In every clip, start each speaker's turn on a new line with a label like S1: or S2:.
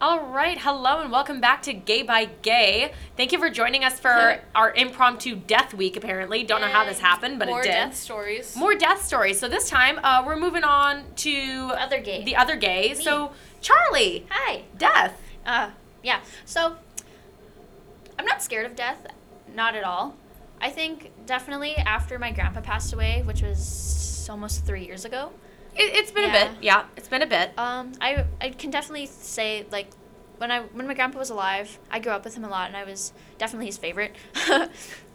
S1: All right, hello and welcome back to Gay by Gay. Thank you for joining us for our impromptu death week. Apparently, don't know how this
S2: And
S1: happened, but
S2: More
S1: it did.
S2: death stories.
S1: More death stories. So this time, uh, we're moving on to
S2: Other gay.
S1: The other gay.
S2: Me.
S1: So Charlie,
S2: Hi.
S1: death.
S2: Uh, yeah. So, I'm not scared of death, not at all. I think definitely after my grandpa passed away, which was almost three years ago,
S1: It, it's been a
S2: Yeah.
S1: bit. Yeah, it's been a bit.
S2: um, I I can definitely say like. When I when my grandpa was alive, I grew up with him a lot, and I was definitely his favorite.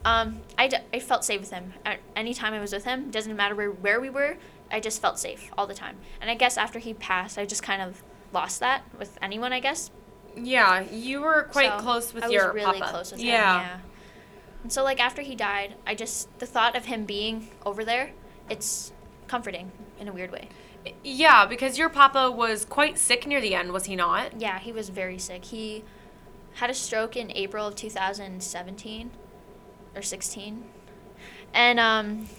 S2: um, I, d- I felt safe with him at any time I was with him. Doesn't matter where, where we were, I just felt safe all the time. And I guess after he passed, I just kind of lost that with anyone, I guess.
S1: Yeah, you were quite
S2: So,
S1: close with
S2: I
S1: your
S2: was really
S1: papa.
S2: close with
S1: yeah.
S2: him. Yeah. And so like after he died, I just the thought of him being over there, it's comforting in a weird way.
S1: Yeah, because your papa was quite sick near the end, was he not?
S2: Yeah, he was very sick. He had a stroke in April of 2017 or 16. And um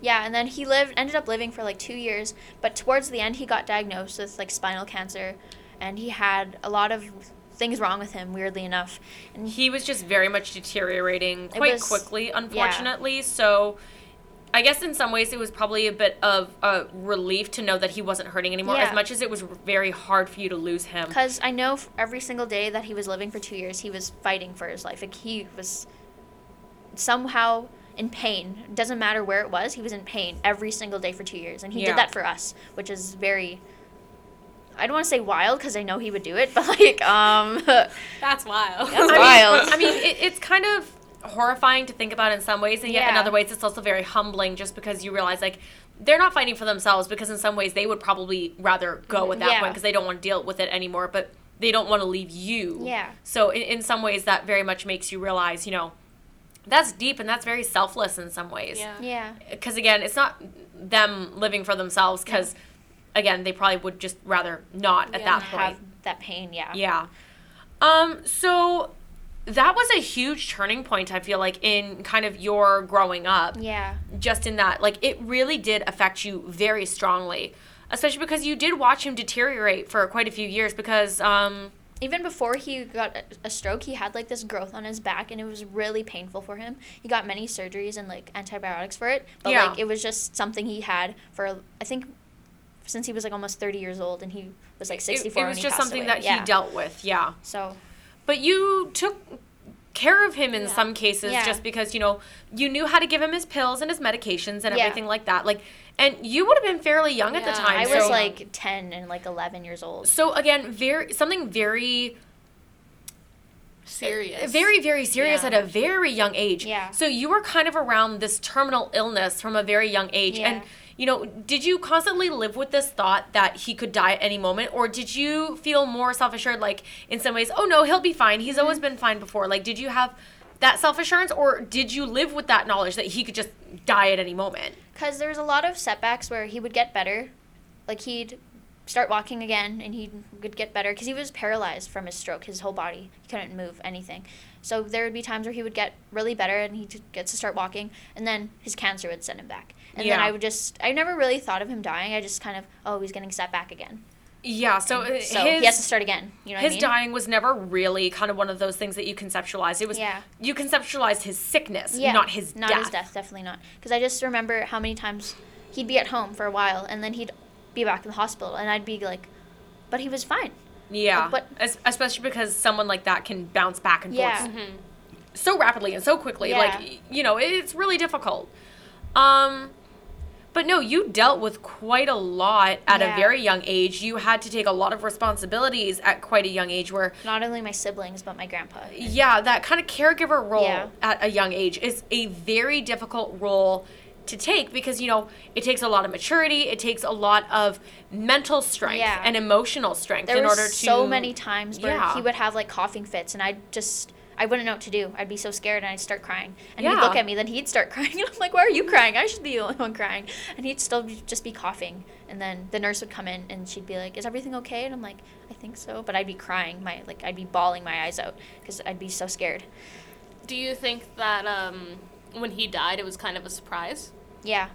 S2: yeah, and then he lived ended up living for like 2 years, but towards the end he got diagnosed with like spinal cancer and he had a lot of things wrong with him weirdly enough. And
S1: He was just very much deteriorating quite
S2: was-
S1: quickly, unfortunately. So I guess in some ways it was probably a bit of a relief to know that he wasn't hurting anymore,
S2: Yeah.
S1: as much as it was very hard for you to lose him.
S2: Because I know f- every single day that he was living for two years, he was fighting for his life. Like he was somehow in pain. Doesn't matter where it was, he was in pain every single day for two years, and he
S1: Yeah.
S2: did that for us, which is very. I don't want to say wild because I know he would do it, but like um,
S3: That's wild.
S2: That's
S1: I mean-
S2: wild.
S1: I mean, it, it's kind of horrifying to think about in some ways, and yet in
S2: Yeah.
S1: other ways, it's also very humbling just because you realize, like, they're not fighting for themselves because in some ways they would probably rather go at that
S2: Yeah.
S1: point because they don't want to deal with it anymore, but they don't want to leave you.
S2: Yeah.
S1: So in, in some ways, that very much makes you realize, you know, that's deep and that's very selfless in some ways.
S3: Yeah.
S2: yeah,
S1: Because again, it's not them living for themselves because, again, they probably would just rather not at
S3: Yeah.
S1: that point.
S2: have that pain. Yeah.
S1: Yeah. Um, so that was a huge turning point, I feel like, in kind of your growing up.
S2: Yeah.
S1: Just in that, like, it really did affect you very strongly, especially because you did watch him deteriorate for quite a few years because, um,
S2: even before he got a- a stroke, he had like this growth on his back, and it was really painful for him. He got many surgeries and like antibiotics for it, but
S1: Yeah.
S2: like it was just something he had for I think since he was like almost thirty years old, and he was like
S1: it-
S2: sixty
S1: it,
S2: four.
S1: was
S2: when
S1: just
S2: he passed
S1: something
S2: away.
S1: that
S2: yeah.
S1: he dealt with, yeah.
S2: So
S1: But you took care of him in
S3: Yeah.
S1: some cases
S2: Yeah.
S1: just because, you know, you knew how to give him his pills and his medications and
S2: Yeah.
S1: everything like that. Like, and you would have been fairly young at the
S3: Yeah.
S1: time.
S2: I
S1: so-
S2: was like ten and like eleven years old.
S1: so again very something very
S3: Serious.
S1: very very serious
S3: Yeah.
S1: at a very young age
S2: Yeah.
S1: so you were kind of around this terminal illness from a very young age
S2: Yeah.
S1: and you know did you constantly live with this thought that he could die at any moment or did you feel more self-assured like in some ways oh no he'll be fine he's always been fine before like did you have that self-assurance or did you live with that knowledge that he could just die at any moment
S2: because there was a lot of setbacks where he would get better like he'd start walking again and he would get better because he was paralyzed from his stroke his whole body he couldn't move anything so there would be times where he would get really better and he would get to start walking and then his cancer would send him back and then
S1: Yeah.
S2: i would just i never really thought of him dying i just kind of oh he's getting set back again
S1: yeah so, uh,
S2: so
S1: his,
S2: he has to start again you know what
S1: his
S2: I mean?
S1: dying was never really kind of one of those things that you conceptualized. It was
S2: Yeah.
S1: you conceptualized his sickness,
S2: Yeah,
S1: not his
S2: not
S1: death.
S2: his death, definitely not. Because I just remember how many times he'd be at home for a while and then he'd be back in the hospital, and I'd be like, "But he was fine."
S1: Yeah,
S2: Like, but-
S1: Es- especially because someone like that can bounce back and
S2: Yeah.
S1: forth so rapidly and so quickly.
S2: Yeah.
S1: Like y- you know, it's really difficult. Um, but no, you dealt with quite a lot at a
S2: Yeah.
S1: very young age. You had to take a lot of responsibilities at quite a young age, where
S2: Not only my siblings, but my grandpa.
S1: yeah, that kind of caregiver role
S2: Yeah.
S1: at a young age is a very difficult role to take because you know it takes a lot of maturity, it takes a lot of mental strength
S2: Yeah.
S1: and emotional strength
S2: There
S1: in
S2: were
S1: order to
S2: so many times where
S1: Yeah.
S2: he would have like coughing fits, and I'd just. I wouldn't know what to do. I'd be so scared and I'd start crying. And
S1: Yeah.
S2: he'd look at me, then he'd start crying. And I'm like, why are you crying? I should be the only one crying. And he'd still be, just be coughing. And then the nurse would come in and she'd be like, is everything okay? And I'm like, I think so. But I'd be crying. My Like, I'd be bawling my eyes out because I'd be so scared.
S3: Do you think that um, when he died, it was kind of a surprise?
S2: Yeah.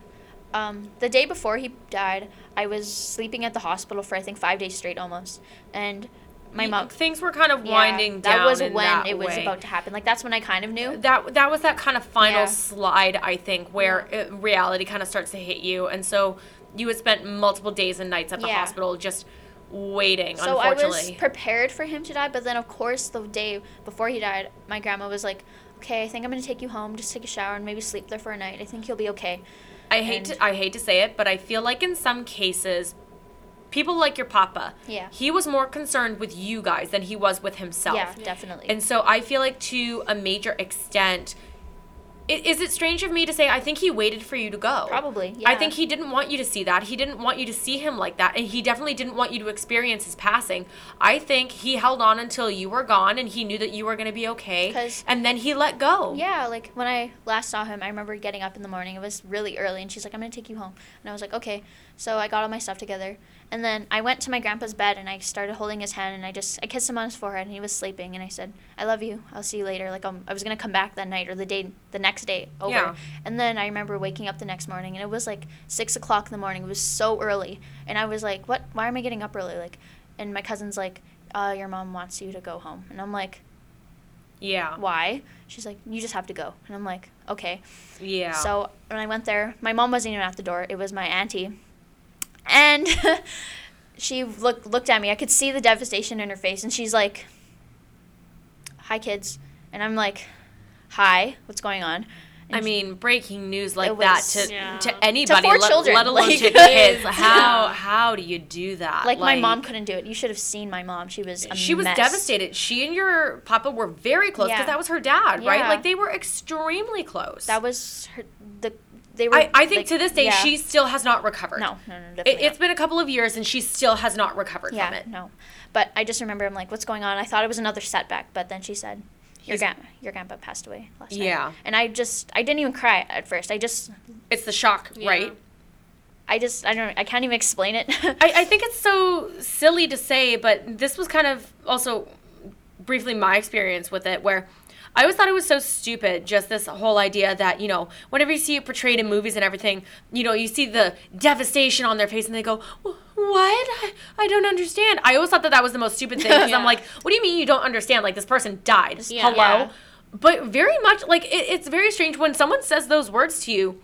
S2: Um, the day before he died, I was sleeping at the hospital for I think five days straight almost. And my mom.
S1: things were kind of
S2: yeah,
S1: winding down.
S2: That was
S1: in
S2: when
S1: that
S2: it was
S1: way.
S2: about to happen. Like that's when I kind of knew.
S1: that that was that kind of final
S2: Yeah.
S1: slide i think where uh reality kind of starts to hit you and so you had spent multiple days and nights at the
S2: Yeah.
S1: hospital just waiting
S2: So I was
S1: unfortunately
S2: prepared for him to die, but then of course the day before he died, my grandma was like, "Okay, I think I'm gonna take you home. Just take a shower and maybe sleep there for a night. I think you'll be okay."
S1: I hate
S2: and-
S1: to, i hate to say it but i feel like in some cases people like your papa
S2: Yeah.
S1: he was more concerned with you guys than he was with himself
S2: Yeah, definitely.
S1: And so I feel like to a major extent, i- is it strange of me to say I think he waited for you to go?
S2: Probably,
S1: I
S2: yeah.
S1: think he didn't want you to see that. He didn't want you to see him like that. And he definitely didn't want you to experience his passing. I think he held on until you were gone and he knew that you were going to be okay.
S2: 'Cause-
S1: And then he let go.
S2: Yeah, like when I last saw him, I remember getting up in the morning. It was really early, and she's like, "I'm gonna take you home," and I was like, "Okay." So I got all my stuff together, and then I went to my grandpa's bed, and I started holding his hand, and I just I kissed him on his forehead, and he was sleeping, and I said, "I love you. I'll see you later." Like um, I was gonna come back that night or the day the next day over,
S1: Yeah.
S2: and then I remember waking up the next morning, and it was like six o'clock in the morning. It was so early, and I was like, "What? Why am I getting up early?" Like, and my cousin's like, "Uh, your mom wants you to go home," and I'm like.
S1: Yeah.
S2: Why? She's like, you just have to go. And I'm like, okay.
S1: Yeah.
S2: So when I went there, my mom wasn't even at the door. It was my auntie, and she looked looked at me. I could see the devastation in her face, and she's like, "Hi, kids," and I'm like, "Hi, what's going on?" And
S1: I mean, breaking news like
S2: It
S1: that
S2: was-
S1: to
S3: Yeah. To
S1: to anybody,
S2: four
S1: let,
S2: children,
S1: let alone
S2: like-
S1: to kids.
S2: Yeah.
S1: How how do you do that?
S2: like, my mom couldn't do it. You should have seen my mom. She was a
S1: she was
S2: mess.
S1: devastated. She and your papa were very close because
S2: Yeah.
S1: that was her dad, right?
S2: Yeah.
S1: Like they were extremely close.
S2: That was her. The they were.
S1: I, I think
S2: like,
S1: to this day
S2: yeah.
S1: she still has not recovered.
S2: No, no, no, definitely
S1: It,
S2: not.
S1: it's been a couple of years and she still has not recovered from it.
S2: no. But I just remember I'm like, what's going on? I thought it was another setback, but then she said, your
S1: He's-
S2: grandma, your grandpa passed away last night.
S1: Yeah.
S2: And I just, I didn't even cry at first. I just,
S1: It's the shock,
S3: Yeah.
S1: right?
S2: I just, I don't, I can't even explain it.
S1: I, I think it's so silly to say, but this was kind of also briefly my experience with it, where I always thought it was so stupid, just this whole idea that, you know, whenever you see it portrayed in movies and everything, you know, you see the devastation on their face and they go, "Wh- What? I, I don't understand. I always thought that that was the most stupid thing because
S3: Yeah.
S1: I'm like, What do you mean you don't understand? Like, this person died.
S3: Yeah.
S1: Hello?
S2: Yeah.
S1: But very much, like, it, it's very strange when someone says those words to you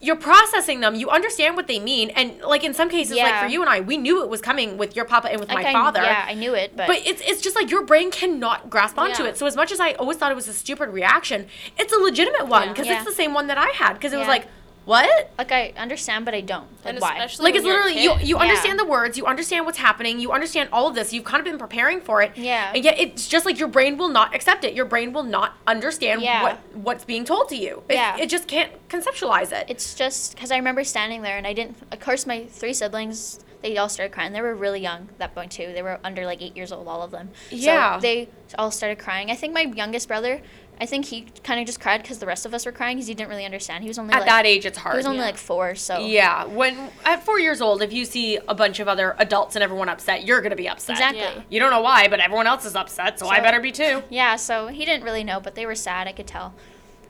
S1: you're processing them. You understand what they mean, and like in some cases, like
S2: Yeah.
S1: for you and I, we knew it was coming with your papa and with
S2: Like,
S1: my
S2: I-
S1: father.
S2: Yeah, I knew it, but,
S1: But it's it's just like your brain cannot grasp onto
S3: Yeah.
S1: it. So as much as I always thought it was a stupid reaction, it's a legitimate one
S3: Yeah.
S1: because
S2: Yeah.
S1: it's the same one that I had because it was
S2: Yeah.
S1: like what.
S2: like, I understand, but I don't. Like,
S3: and
S2: why?
S3: especially
S1: Like
S3: when
S1: it's
S3: you're a
S1: literally you.
S3: kid.
S1: You
S2: Yeah.
S1: understand the words. You understand what's happening. You understand all of this. You've kind of been preparing for it.
S2: Yeah.
S1: And yet it's just like your brain will not accept it. Your brain will not understand
S2: Yeah.
S1: what what's being told to you. It,
S2: Yeah.
S1: It just can't conceptualize it.
S2: It's just because I remember standing there and I didn't. Of course, my three siblings, they all started crying. They were really young at that point, too. They were under like eight years old, all of them.
S1: Yeah.
S2: So they all started crying. I think my youngest brother, I think he kind of just cried because the rest of us were crying because he didn't really understand. He was only
S1: At
S2: like,
S1: that age, it's hard.
S2: He was only
S3: yeah.
S2: like four, so.
S1: Yeah, when at four years old, if you see a bunch of other adults and everyone upset, you're gonna be upset.
S2: Exactly.
S3: Yeah.
S1: You don't know why, but everyone else is upset, so, I
S2: So-
S1: better be too.
S2: Yeah, so he didn't really know, but they were sad, I could tell.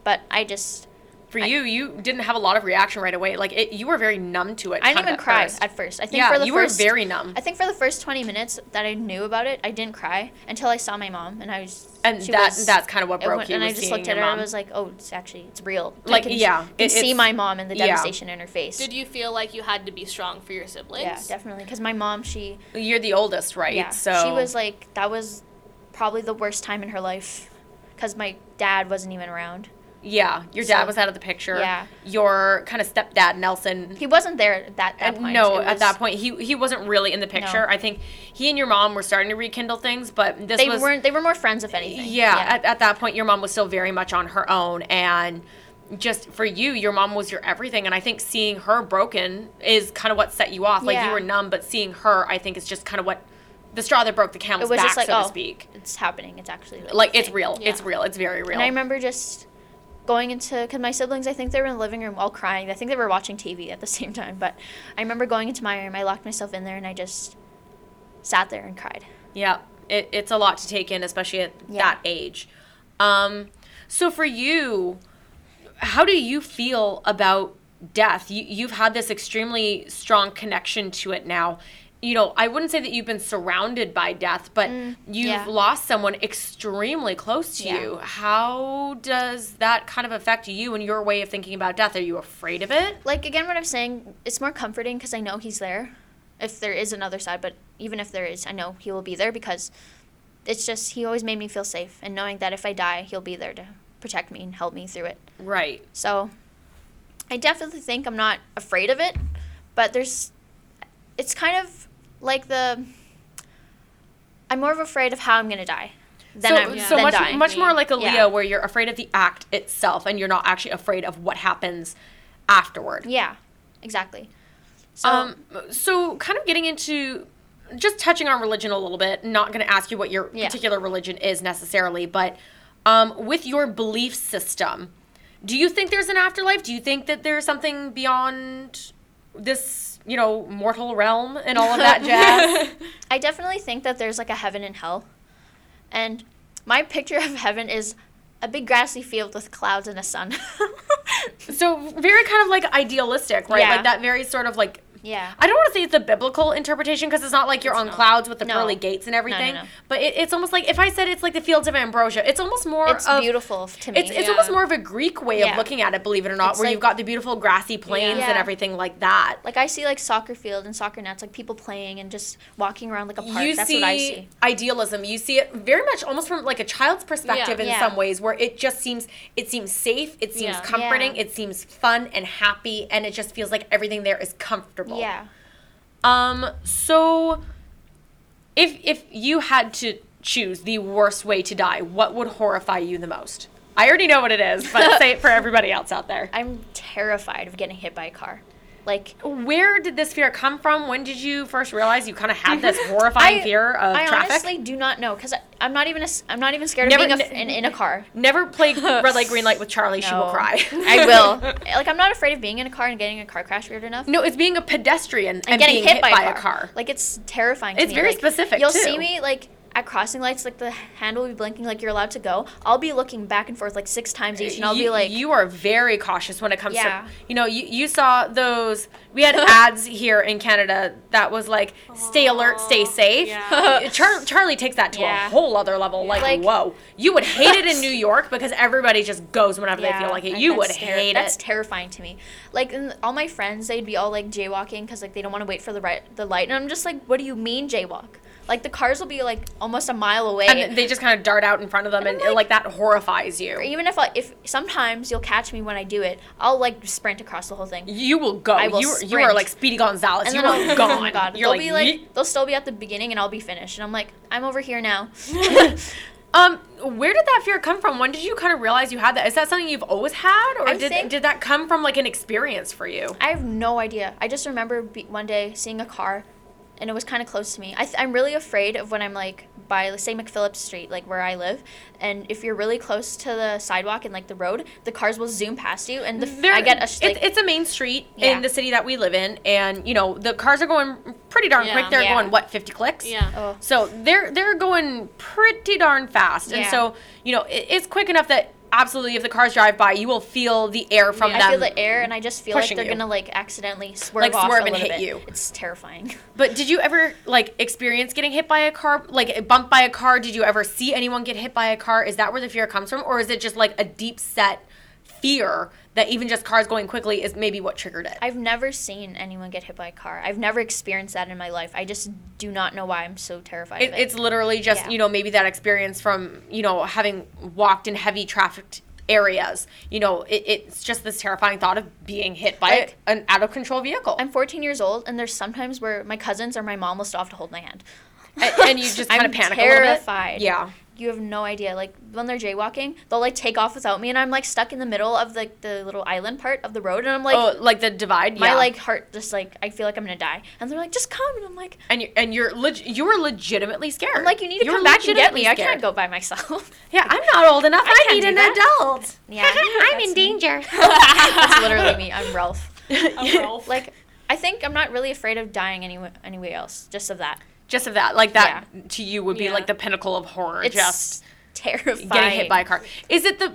S2: But I just,
S1: For you, you didn't have a lot of reaction right away. Like it, you were very numb to it.
S2: I didn't
S1: kind of
S2: even
S1: at
S2: cry
S1: first.
S2: at first. I think
S1: yeah,
S2: for the
S1: you
S2: first,
S1: were very numb,
S2: I think for the first 20 minutes that I knew about it, I didn't cry until I saw my mom and I was
S1: and
S2: she
S1: that
S2: was-
S1: that's kind of what
S2: it
S1: broke
S2: went-
S1: you.
S2: and
S1: was
S2: I just
S1: seeing
S2: looked at
S1: your
S2: her
S1: mom.
S2: and I was like, "Oh, it's actually it's real." I
S1: Like,
S2: can,
S1: yeah,
S2: I can
S1: it-
S2: see
S1: it's-
S2: my mom and the
S1: yeah.
S2: devastation in her face.
S3: Did you feel like you had to be strong for your siblings?
S2: Yeah, definitely. Because my mom, she
S1: you're the oldest, right?
S2: yeah,
S1: so
S2: she was like that was probably the worst time in her life because my dad wasn't even around.
S1: yeah, your dad
S2: so-
S1: was out of the picture.
S2: Yeah.
S1: your kind of stepdad Nelson
S2: He wasn't there at that, that
S1: And
S2: point.
S1: No,
S2: It
S1: at
S2: was-
S1: that point he he wasn't really in the picture. I think he and your mom were starting to rekindle things, but this
S2: they
S1: was
S2: weren't. They were more friends, if anything.
S1: yeah, At, at that point your mom was still very much on her own and just for you your mom was your everything and I think seeing her broken is kind of what set you off. Like you
S2: Yeah.
S1: were numb, but seeing her I think is just kind of what the straw that broke the camel's
S2: It was
S1: back
S2: just like,
S1: so to
S2: oh.
S1: speak.
S2: it's happening. It's actually real.
S1: Like it's
S2: Thing.
S1: real. It's
S3: Yeah.
S1: real. It's very real.
S2: And I remember just going into because my siblings, I think they were in the living room all crying. I think they were watching TV at the same time. But I remember going into my room. I locked myself in there and I just sat there and cried.
S1: Yeah, it, it's a lot to take in, especially at
S2: Yeah.
S1: that age. Um, so for you, how do you feel about death? You, you've had this extremely strong connection to it now. you know, I wouldn't say that you've been surrounded by death, but
S2: Mm,
S1: you've
S2: yeah.
S1: lost someone extremely close to
S2: Yeah.
S1: you. How does that kind of affect you and your way of thinking about death? Are you afraid of it?
S2: Like again, what I'm saying, it's more comforting because I know he's there. If there is another side, but even if there is, I know he will be there because it's just he always made me feel safe, and knowing that if I die, he'll be there to protect me and help me through it.
S1: Right.
S2: So I definitely think I'm not afraid of it, but there's it's kind of like the I'm more of afraid of how I'm gonna die than
S1: so
S2: I'm
S1: so
S2: than
S1: much,
S2: dying.
S1: much more like a Leo,
S2: Yeah.
S1: where you're afraid of the act itself and you're not actually afraid of what happens afterward.
S2: yeah, exactly. So
S1: Um, so kind of getting into just touching on religion a little bit, not going to ask you what your
S2: Yeah.
S1: particular religion is necessarily, but um, with your belief system, do you think there's an afterlife? Do you think that there's something beyond this, you know, mortal realm and all of that jazz?
S2: I definitely think that there's like a heaven and hell. And my picture of heaven is a big grassy field with clouds and a sun.
S1: so very kind of like idealistic, right?
S2: Yeah.
S1: Like that very sort of like
S2: yeah.
S1: I don't want to say it's a biblical interpretation because it's not like you're on
S3: not.
S1: clouds with the
S2: No.
S1: pearly gates and everything.
S2: no.
S1: But it, it's almost like if I said it's like the fields of ambrosia, it's almost more
S2: It's
S1: of
S2: beautiful to me.
S1: uh, It's, it's
S3: Yeah.
S1: almost more of a Greek way of
S2: Yeah.
S1: looking at it, believe it or not,
S2: It's
S1: where
S2: like-
S1: you've got the beautiful grassy plains
S2: Yeah.
S1: and everything like that.
S2: like I see like soccer field and soccer nets, like people playing and just walking around like a park.
S1: you
S2: That's
S1: see,
S2: what I see.
S1: idealism. You see it very much almost from like a child's perspective
S3: Yeah.
S1: in
S2: Yeah.
S1: some ways, where it just seems it seems safe, it seems
S3: Yeah.
S1: comforting,
S2: Yeah.
S1: it seems fun and happy, and it just feels like everything there is comfortable.
S2: Yeah.
S1: Um. So, if if you had to choose the worst way to die, what would horrify you the most? I already know what it is, but say it for everybody else out there.
S2: I'm terrified of getting hit by a car. Like
S1: Where did this fear come from? When did you first realize you kind of had this horrifying
S2: I-
S1: fear of
S2: I
S1: traffic?
S2: honestly do not know because I'm not even a, s- I'm not even scared
S1: Never
S2: of being a,
S1: kn-
S2: in, in a car.
S1: Never play red light, green light with Charlie. She will
S2: No.
S1: cry.
S2: I will. Like I'm not afraid of being in a car and getting in a car crash weird enough.
S1: No, it's being a pedestrian and,
S2: getting
S1: being
S2: hit, by, a, car. Like it's terrifying. To
S1: It's
S2: me.
S1: very
S2: Like,
S1: specific,
S2: You'll
S1: too.
S2: see me like at crossing lights, like the handle will be blinking, like you're allowed to go. I'll be looking back and forth like six times each, and I'll
S1: you,
S2: be like,
S1: you are very cautious when it comes
S2: Yeah.
S1: to you know you, you saw those we had ads here in canada that was like stay alert stay safe
S3: yeah.
S1: Char- charlie takes that to
S2: Yeah.
S1: a whole other level like,
S2: Like-
S1: whoa you would hate it in new york because everybody just goes whenever they feel like it
S2: I-
S1: you would
S2: that's terri-
S1: hate
S2: That's
S1: it
S2: terrifying to me. Like and all my friends, they'd be all like jaywalking because like they don't want to wait for the right the light, and I'm just like, what do you mean jaywalk? Like the cars will be like almost a mile away.
S1: and they just kind of dart out in front of them and,
S2: And
S1: like,
S2: I'm
S1: that horrifies you
S2: or even if I, if sometimes you'll catch me when I do it, I'll like sprint across the whole thing.
S1: you will go
S2: I will
S1: you, are- you are
S2: sprint.
S1: like speedy gonzalez
S2: And
S1: you
S2: then
S1: are
S2: I'll
S1: gone
S2: oh God.
S1: you're
S2: they'll
S1: like,
S2: be
S1: "Yeet."
S2: like they'll still be at the beginning and I'll be finished. And I'm like, I'm over here now.
S1: Um, where did that fear come from? When did you kind of realize you had that? Is that something you've always had, or
S2: I
S1: did
S2: think-
S1: did that come from like an experience for you?
S2: I have no idea. I just remember be- one day seeing a car, and it was kind of close to me. I th- I'm really afraid of when I'm like by, like, say, McPhillips Street, like where I live, and if you're really close to the sidewalk and like the road, the cars will zoom past you, and the f-
S1: There-
S2: I get a sh-
S1: it-
S2: like,
S1: it's a main street
S2: Yeah.
S1: in the city that we live in, and you know the cars are going pretty darn
S3: Yeah.
S1: quick. They're
S2: Yeah.
S1: going what fifty clicks.
S3: Yeah.
S2: oh.
S1: So they're they're going pretty darn fast, and
S2: Yeah.
S1: so you know it, it's quick enough that absolutely if the cars drive by, you will feel the air from
S3: Yeah.
S1: them.
S2: I feel the air, and I just feel like
S1: pushing
S2: they're
S1: you.
S2: gonna like accidentally swerve
S1: Like,
S2: off
S1: swerve
S2: a
S1: and
S2: little
S1: hit
S2: bit.
S1: you.
S2: It's terrifying.
S1: But did you ever like experience getting hit by a car, like bumped by a car? Did you ever see anyone get hit by a car? Is that where the fear comes from, or is it just like a deep set fear that even just cars going quickly is maybe what triggered it?
S2: I've never seen anyone get hit by a car. I've never experienced that in my life. I just do not know why I'm so terrified
S1: it
S2: of it.
S1: it's literally just
S2: Yeah.
S1: you know maybe that experience from you know having walked in heavy trafficked areas. You know, it, it's just this terrifying thought of being hit by
S2: Like-
S1: an out of control vehicle,
S2: I'm 14 years old, and there's sometimes where my cousins or my mom will stop to hold my hand.
S1: and, and you just
S2: I'm
S1: kind of panic a little bit.
S2: terrified.
S1: Yeah.
S2: You have no idea. Like when they're jaywalking, they'll like take off without me, and I'm like stuck in the middle of like the little island part of the road, and I'm like,
S1: oh, like the divide.
S2: my
S1: yeah.
S2: like heart just like I feel like I'm gonna die, and they're like, just come, and I'm like,
S1: and you and you're leg- you were legitimately scared.
S2: I'm like, you need to
S1: were
S2: come back and get me.
S1: legitimately
S2: I can't
S1: scared.
S2: go by myself.
S1: Yeah, I'm not old enough. I,
S2: can't
S1: need
S2: do
S1: an
S2: that.
S1: adult.
S2: yeah,
S1: I'm in
S2: that's me.
S1: danger.
S2: That's literally me. I'm Ralph.
S3: Oh, Ralph.
S2: Like. I think I'm not really afraid of dying anywhere, anywhere else, just of that.
S1: Just of that, like that to you would be
S3: Yeah.
S1: like the pinnacle of horror.
S2: It's
S1: just
S2: terrifying.
S1: getting hit by a car. Is it the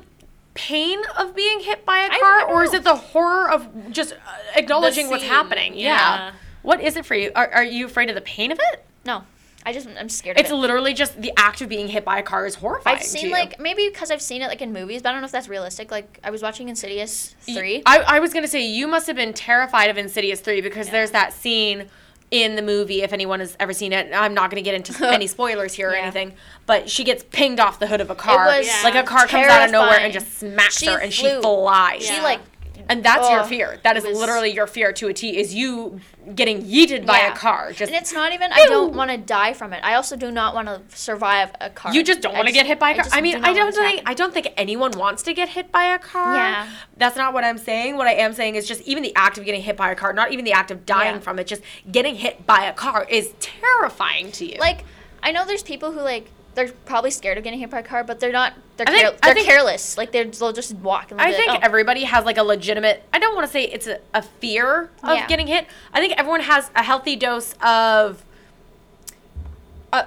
S1: pain of being hit by a
S2: I
S1: car,
S2: don't
S1: or is
S2: know.
S1: it the horror of just uh, acknowledging what's
S3: scene,
S1: happening? Yeah. What is it for you? Are, are you afraid of the pain of it?
S2: No, I just I'm scared.
S1: It's
S2: of it.
S1: literally just the act of being hit by a car is horrifying.
S2: I've
S1: to
S2: seen
S1: you.
S2: like maybe because I've seen it like in movies, but I don't know if that's realistic. Like I was watching Insidious
S1: Y-
S2: three.
S1: I, I was gonna say you must have been terrified of Insidious three because there's that scene in the movie. If anyone has ever seen it, I'm not gonna get into any spoilers here or
S2: Yeah.
S1: anything. But she gets pinged off the hood of a car.
S2: was
S1: like a car comes out of nowhere
S2: terrifying.
S1: and just smacks
S2: She
S1: her, and she
S2: flew.
S1: flies.
S2: She
S3: Yeah.
S2: like
S1: And that's your
S2: Ugh,
S1: fear. That is
S2: it was-
S1: literally your fear to a T. Is you getting yeeted by
S2: yeah.
S1: a car? Just
S2: and it's not even. I don't
S1: Ew.
S2: want to die from it. I also do not want to survive a car.
S1: You just don't
S2: I
S1: want to get hit by a car.
S2: just
S1: I,
S2: do
S1: mean,
S2: not
S1: I don't
S2: want this to
S1: think I don't think anyone wants to get hit by a car.
S2: Yeah.
S1: That's not what I'm saying. What I am saying is just even the act of getting hit by a car, not even the act of dying
S2: Yeah.
S1: from it, just getting hit by a car is terrifying to you.
S2: like I know there's people who like they're probably scared of getting hit by a car, but they're not. They're
S1: I think-
S2: care-
S1: I
S2: they're
S1: think-
S2: careless. Like they're, they'll just walk. And they'll
S1: I
S2: be
S1: think
S2: like, "Oh."
S1: everybody has like a legitimate. I don't want to say it's a, a fear of
S2: Yeah.
S1: getting hit. I think everyone has a healthy dose of uh,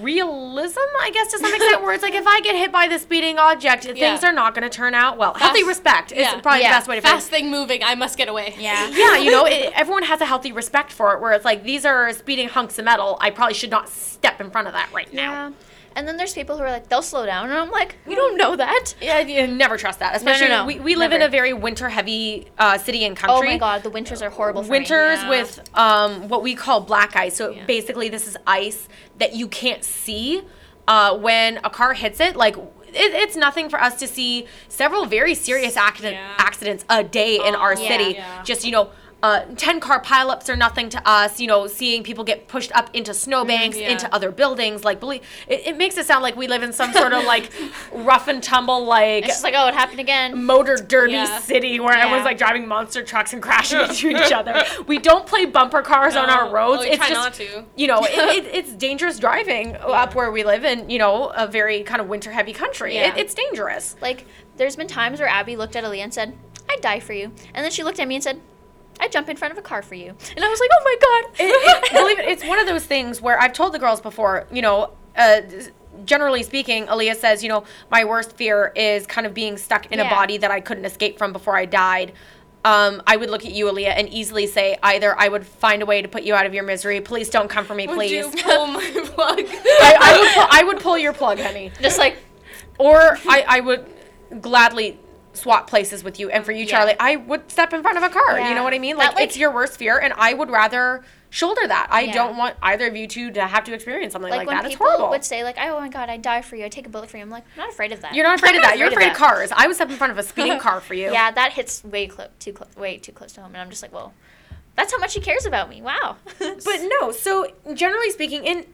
S1: realism, I guess, to some extent, where it's like if I get hit by this speeding object, things
S3: Yeah.
S1: are not going to turn out well. healthy respect is
S3: yeah.
S1: probably
S2: Yeah.
S1: the best way to phrase
S3: Fast thing moving, I must get away.
S2: Yeah.
S1: yeah, you know, it, everyone has a healthy respect for it, where it's like, these are speeding hunks of metal. I probably should not step in front of that right now.
S2: Yeah. And then there's people who are like, they'll slow down. And I'm like, you don't know that.
S1: Yeah, you never trust that.
S2: no,
S1: Especially,
S2: no.
S1: we, we live in
S2: Never.
S1: a very winter heavy uh, city and country.
S2: Oh my God, the winters are horrible for me.
S1: Winters
S3: Yeah.
S1: with um, what we call black ice. So
S3: Yeah.
S1: basically, this is ice that you can't see uh, when a car hits it. Like, it, it's nothing for us to see several very serious accident,
S3: Yeah.
S1: accidents a day in our
S2: Yeah.
S1: city.
S3: Yeah.
S1: Just, you know, uh, 10 car pileups are nothing to us. You know, seeing people get pushed up into snowbanks,
S3: yeah.
S1: into other buildings. Like, believe it, it makes it sound like we live in some sort of like rough and tumble, like,
S2: It's just like, oh, it happened again.
S1: motor derby
S3: Yeah.
S1: city where
S2: Yeah.
S1: everyone's like driving monster trucks and crashing into each other. We don't play bumper cars on our
S3: No.
S1: roads.
S3: Oh, we
S1: it's
S3: try
S1: just
S3: not to.
S1: you know it, it, it's dangerous driving up where we live in you know a very kind of winter heavy country.
S2: Yeah.
S1: It, it's dangerous.
S2: Like, there's been times where Abby looked at Aaliyah and said, I'd die for you. And then she looked at me and said, I'd jump in front of a car for you. And I was like, oh my God.
S1: It- it- believe it, it's one of those things where I've told the girls before. You know. Uh, Generally speaking, Aaliyah says, you know, my worst fear is kind of being stuck in a
S2: Yeah.
S1: body that I couldn't escape from before I died. Um, I would look at you, Aaliyah, and easily say either I would find a way to put you out of your misery. Please don't come for me,
S3: Would
S1: please.
S3: you pull my plug?
S1: I, I would pull, I would pull your plug, honey.
S2: just like,
S1: Or I, I would gladly swap places with you. And for you,
S3: Yeah.
S1: Charlie, I would step in front of a car. You
S2: Yeah.
S1: know what I mean?
S2: That,
S1: Like,
S2: like-
S1: it's your worst fear, and I would rather shoulder that. I
S2: Yeah.
S1: don't want either of you two to have to experience something
S2: like,
S1: like,
S2: when
S1: that. It's
S2: people
S1: horrible.
S2: would say, like, oh my God, I'd die for you. I'd take a bullet for you. I'm like, I'm not afraid of that.
S1: You're not afraid
S2: I'm
S1: of that. You're afraid of,
S2: that.
S1: cars. I would step in front of a speeding car for you.
S2: Yeah, that hits way, clo- too clo- way too close to home. And I'm just like, whoa. That's how much he cares about me. Wow.
S1: But no, so generally speaking, in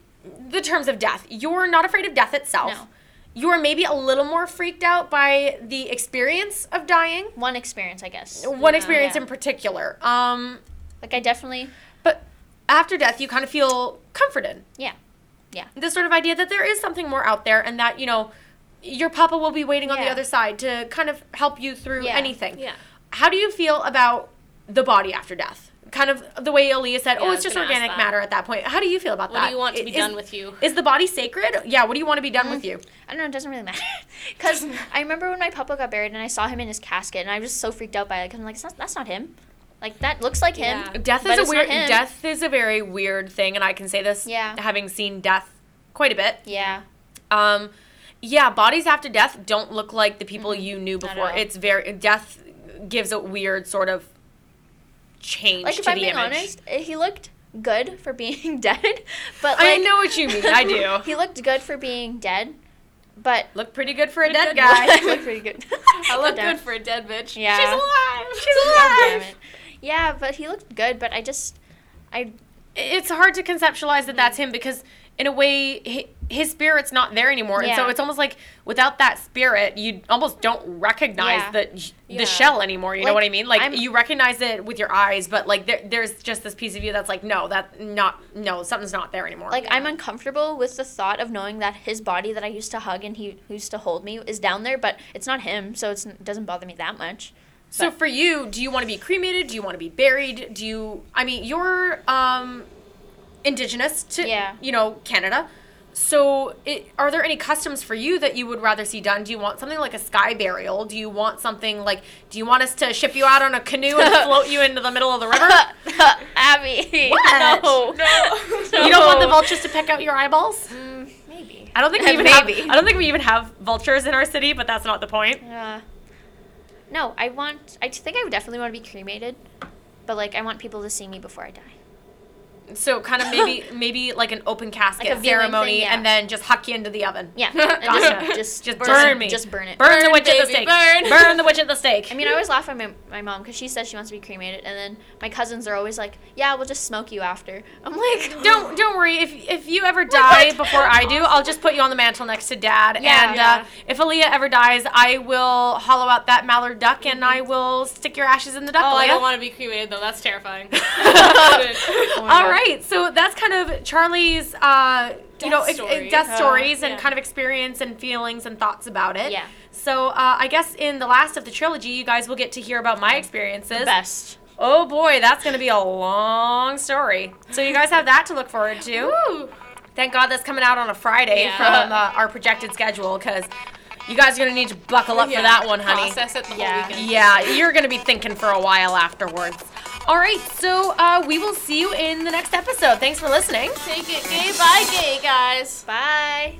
S1: the terms of death, you're not afraid of death itself.
S2: No.
S1: You're maybe a little more freaked out by the experience of dying.
S2: one experience, I guess.
S1: One experience
S2: Yeah.
S1: in particular. Um,
S2: Like, I definitely,
S1: But after death, you kind of feel comforted.
S2: yeah.
S1: This sort of idea that there is something more out there and that, you know, your papa will be waiting on the
S2: Yeah.
S1: other side to kind of help you through
S2: Yeah.
S1: anything.
S3: Yeah.
S1: How do you feel about the body after death? Kind of the way Aaliyah said,
S3: Yeah, I
S1: oh,
S3: was
S1: it's just
S3: gonna ask
S1: organic
S3: that.
S1: matter at that point. How do you feel about
S3: What
S1: that?
S3: do you want to be
S1: Uh, Is-
S3: done with Mm-hmm. you?
S1: Is the body sacred? Yeah, what do you want to be done with you?
S2: I don't know. It doesn't really matter. Because I remember when my papa got buried and I saw him in his casket and I was so freaked out by it. 'cause I'm like, it's not, that's not him. Like, that looks like him.
S3: Yeah.
S1: Death is
S2: But it's
S1: a
S2: not
S1: weird
S2: him.
S1: death is a very weird thing and I can say this
S2: Yeah.
S1: having seen death quite a bit.
S2: Yeah.
S1: Um, yeah, bodies after death don't look like the people you knew
S2: Mm-hmm. Not at
S1: before.
S2: all.
S1: It's very death gives a weird sort of change
S2: Like,
S1: to
S2: if
S1: the
S2: I'm being
S1: image.
S2: honest, eh, he looked good for being dead. But, like,
S1: I know what you mean. I do.
S2: he looked good for being dead. But,
S1: Look pretty good for a
S3: Good
S1: dead
S3: good
S1: guy.
S3: look.
S2: looked pretty good.
S3: I look
S2: Damn.
S3: good for a dead bitch.
S2: Yeah.
S1: She's alive. She's
S2: God damn
S1: alive.
S2: it. Yeah, but he looked good, but I just, I,
S1: It's hard to conceptualize that that's him because in a way hi- his spirit's not there anymore. And so
S2: Yeah.
S1: it's almost like without that spirit, you almost don't recognize
S2: Yeah.
S1: the
S3: Yeah.
S1: the shell anymore. You know
S2: Like,
S1: what I mean? Like
S2: I'm-
S1: you recognize it with your eyes, but like there, there's just this piece of you that's like, no, that not no, something's not there anymore.
S2: like I'm uncomfortable with the thought of knowing that his body that I used to hug and he who used to hold me is down there, but it's not him, so it's, it doesn't bother me that much.
S1: So for you, do you want to be cremated? Do you want to be buried? Do you? I mean, you're um, indigenous to
S2: Yeah.
S1: you know Canada, So, it, are there any customs for you that you would rather see done? Do you want something like a sky burial? Do you want something like? Do you want us to ship you out on a canoe and float you into the middle of the river?
S2: Abby.
S1: What?
S2: No. No.
S1: You don't want the vultures to peck out your eyeballs?
S2: Mm, maybe.
S1: I don't think we even
S2: Maybe.
S1: have. I don't think we even have vultures in our city, but that's not the point.
S2: Uh, no, I want. I think I would definitely want to be cremated, but like I want people to see me before I die.
S1: So kind of maybe maybe like an open casket
S2: viewing thing,
S1: ceremony,
S2: yeah.
S1: and then just huck you into the oven.
S2: Yeah. and just-
S1: Gotcha.
S2: Just,
S1: Just burn me.
S2: Just burn it.
S1: Burn, the witch at the
S3: baby,
S1: stake.
S3: burn.
S1: the witch at the stake.
S2: I mean, I always laugh at my, my mom because she says she wants to be cremated, and then my cousins are always like, "Yeah, we'll just smoke you after." I'm like,
S1: don't don't worry. If if you ever die before I do, I'll just put you on the mantle next to Dad.
S2: Yeah.
S1: and
S2: Yeah.
S1: Uh, if Aaliyah ever dies, I will hollow out that mallard duck and I will stick your ashes in the duck.
S3: Oh, I
S1: Aaliyah.
S3: don't Oh want to be cremated though. That's terrifying.
S1: All right, so that's kind of Charlie's, uh, you
S3: Death
S1: know, ex-
S3: story.
S1: death
S3: Uh,
S1: stories and
S3: yeah.
S1: kind of experience and feelings and thoughts about it.
S2: Yeah.
S1: So uh, I guess in the last of the trilogy, you guys will get to hear about my experiences.
S2: Best.
S1: Oh boy, that's going to be a long story. So you guys have that to look forward to. Thank God that's coming out on a Friday
S3: Yeah.
S1: from uh, our projected schedule because you guys are going to need to buckle up
S3: Yeah,
S1: for that one, honey.
S3: Process it the whole
S2: Yeah.
S3: weekend.
S1: Yeah, you're going to be thinking for a while afterwards. All right, so uh, we will see you in the next episode. Thanks for listening.
S3: Take it gay by gay, guys.
S2: Bye.